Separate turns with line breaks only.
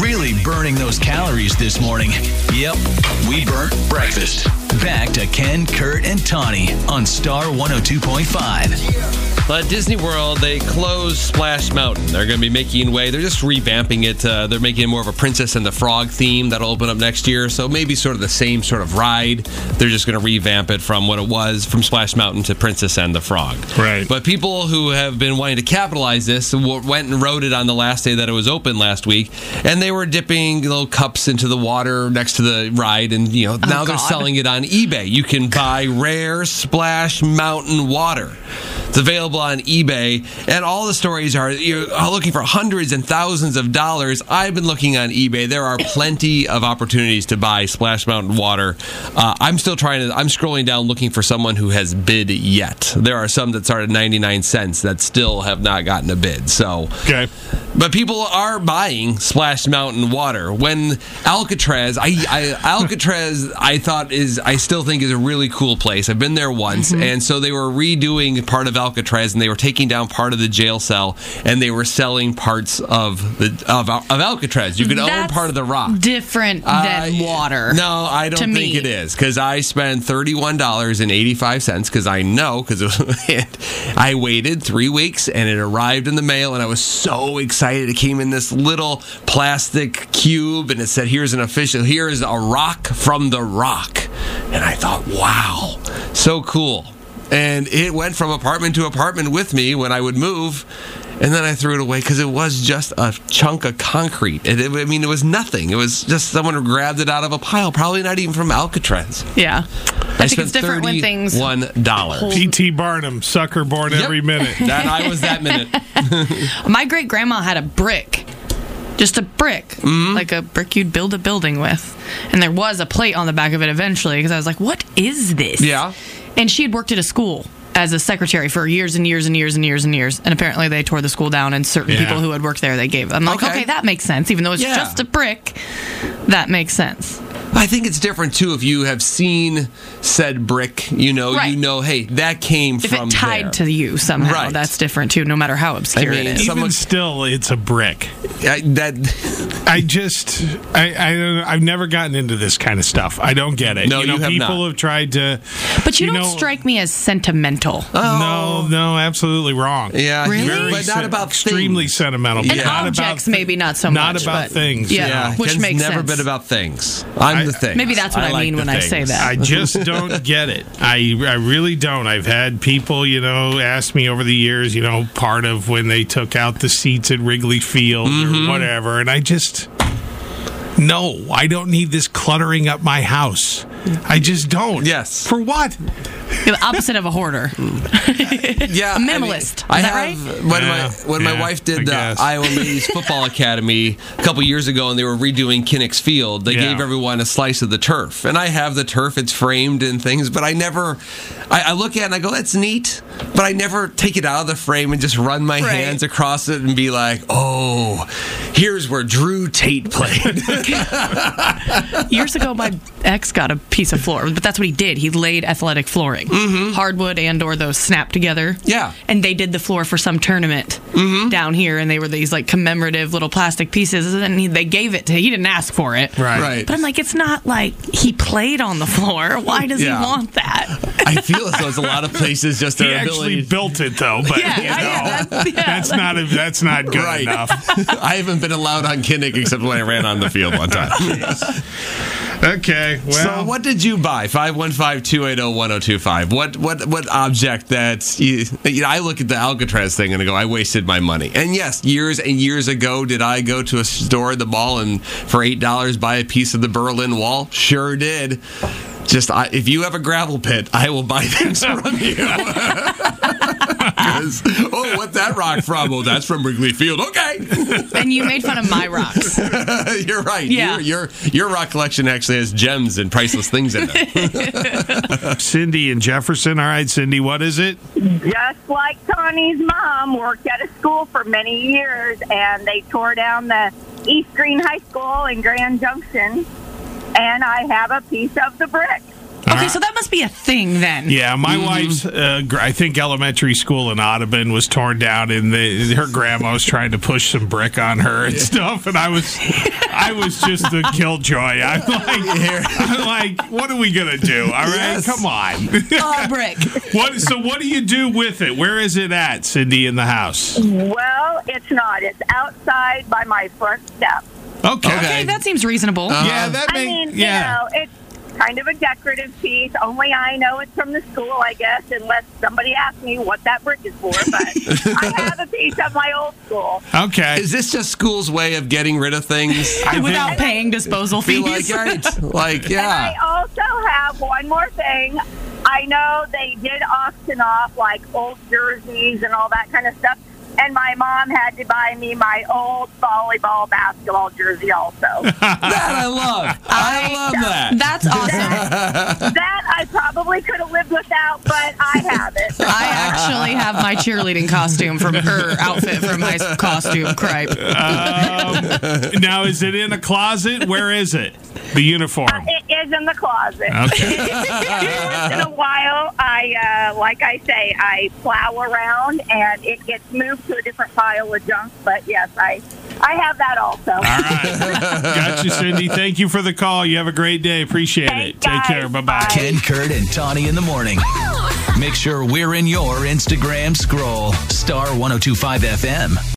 really burning those calories this morning. Yep, we burnt breakfast. Back to Ken, Kurt, and Tawny on Star 102.5.
Well, at Disney World, they closed Splash Mountain. They're going to be making way. They're just revamping it. Uh, they're making it more of a Princess and the Frog theme that'll open up next year. So maybe sort of the same sort of ride. They're just going to revamp it from what it was from Splash Mountain to Princess and the Frog.
Right.
But people who have been wanting to capitalize this w- went and rode it on the last day that it was open last week, and they were dipping little cups into the water next to the ride, and you know now they're
God.
selling it on eBay. You can buy rare Splash Mountain water. It's available on eBay, and all the stories are you're looking for hundreds and thousands of dollars. I've been looking on eBay. There are plenty of opportunities to buy Splash Mountain water. Uh, I'm still trying to. I'm scrolling down looking for someone who has bid yet. There are some that started at 99 cents that still have not gotten a bid. So
Okay.
but people are buying Splash Mountain water. When Alcatraz, I, I Alcatraz, I thought is I still think is a really cool place. I've been there once, and so they were redoing part of Alcatraz, and they were taking down part of the jail cell, and they were selling parts of the of, Al- of Alcatraz. You could own
That's
part of the rock.
Different than
Uh,
water.
No, I don't
to
think
me.
it is because I spent thirty one dollars and eighty five cents because I know because I waited three weeks and it arrived in the mail and I was so excited. It came in this little plastic cube and it said, "Here's an official. Here is a rock from the rock," and I thought, "Wow, so cool." And it went from apartment to apartment with me when I would move. And then I threw it away because it was just a chunk of concrete. It, it- I mean, it was nothing. It was just someone who grabbed it out of a pile, probably not even from Alcatraz.
Yeah. I, think it's different when things.
one dollar.
P.T. Barnum, sucker born every minute.
That I was that minute.
My great grandma had a brick. Just a brick,
Mm-hmm.
like a brick you'd build a building with. And there was a plate on the back of it eventually because I was like, what is this?
Yeah.
And she had worked at a school as a secretary for years and years and years and years and years. And apparently they tore the school down, and certain
Yeah.
people who had worked there, they gave. I'm like,
Okay.
okay, that makes sense. Even though it's
Yeah.
just a brick, that makes sense.
I think it's different too if you have seen said brick. You know,
Right.
you know, hey, that came
If
from
it tied
there.
to you somehow,
Right.
that's different too, no matter how obscure
mean,
it is.
some- Someone-
Even still, it's a brick.
I, that.
I just, I, I don't, I've never gotten into this kind of stuff. I don't get it.
No, you
know,
have
people
not.
have tried to.
But you,
you
don't
know-
strike me as sentimental.
No, no, absolutely wrong.
Oh. Yeah,
Really?
Very
but
sen-
not about
extremely
things.
sentimental.
And
but not about
objects,
thi-
maybe not so
not
much,
about
but-
things.
yeah.
Yeah,
Which
Ken's
makes
never
sense.
been about things. I'm
I-
the thing.
Maybe that's what I, mean
the
when I say
things.
that.
I just don't get it. I I really don't. I've had people, you know, ask me over the years, you know, part of when they took out the seats at Wrigley Field or whatever, and I just no, I don't need this cluttering up my house. I just don't.
Yes.
For what?
the opposite of a hoarder.
yeah, I mean,
minimalist. Is
I,
that
have
right?
when
Yeah,
my when my
yeah,
wife
I
did the
guess.
Iowa Ladies Football Academy a couple years ago, and they were redoing Kinnick's Field. They
Yeah.
gave everyone a slice of the turf, and I have the turf. It's framed and things, but I never. I, I look at it and I go, "That's neat," but I never take it out of the frame and just run my
Right.
hands across it and be like, "Oh, here's where Drew Tate played."
Years ago, my ex got a piece of floor, but that's what he did. He laid athletic flooring, hardwood and or those snap together.
Mm-hmm. Yeah. Mm-hmm.
and they did the floor for some tournament down here, and they were these like commemorative little plastic pieces, and he, they gave it to. He didn't ask for it.
Right.
Right.
But I'm like, it's not like he played on the floor. Why does
Yeah.
he want that?
I feel as though it's a lot of places just
He
their
actually
ability.
built it though, but
Yeah,
you know,
I- that's- yeah,
that's not a, that's not good
Right.
enough.
I haven't been allowed on Kinnick except when I ran on the field one time.
Okay. Well,
so what did you buy? oh, 515-280-1025. What what what object that you, you know, I look at the Alcatraz thing and I go, I wasted my money. And yes, years and years ago did I go to a store at the mall and for eight dollars buy a piece of the Berlin Wall? Sure did. Just I, if you have a gravel pit, I will buy things from you. 'Cause, oh, what's that rock from? Oh, that's from Wrigley Field. Okay.
and you made fun of my rocks.
You're right.
Yeah.
Your, your your rock collection actually has gems and priceless things in it.
Cindy and Jefferson. All right, Cindy, what is it?
Just like Connie's mom worked at a school for many years, and they tore down the East Green High School in Grand Junction, and I have a piece of the brick.
Okay, so that must be a thing then.
Yeah, my
Mm-hmm.
wife's, uh, gr- I think, elementary school in Audubon was torn down, and the, her grandma was trying to push some brick on her and stuff. And I was, I was just a killjoy. I'm like, I'm like, what are we gonna do? All right,
Yes.
come on.
Oh, brick.
What? So what do you do with it? Where is it at, Cindy, in the house? Okay.
Well, it's not. It's outside by my front step.
Okay. Um,
Hey, that seems reasonable.
Uh,
Yeah, that
I
makes
mean,
yeah.
you know, it's kind of a decorative piece. Only I know it's from the school, I guess, unless somebody asks me what that brick is for. But I have a piece of my old school.
Okay.
Is this just school's way of getting rid of things?
Without paying disposal
Be
fees.
like, right, like, yeah.
And I also have one more thing. I know they did auction off like old jerseys and all that kind of stuff. And my mom had to buy me my old volleyball basketball jersey also.
That I love. I love that.
That's awesome.
that I probably could have lived without, but I have it.
I actually have my cheerleading costume from her outfit from my costume cripe.
now is it in a closet? Where is it? The uniform.
It is in the closet.
Okay.
Once in a while, I uh, like I say, I plow around and it gets moved to a different pile of junk. But yes, I I have that also.
All right. Got you, Cindy. Thank you for the call. You have a great day. Appreciate it.
Thanks,
Take
guys.
care. Bye bye.
Bye.
Ken, Kurt, and Tawny in the morning. oh Make sure we're in your Instagram scroll. Star 1025 FM.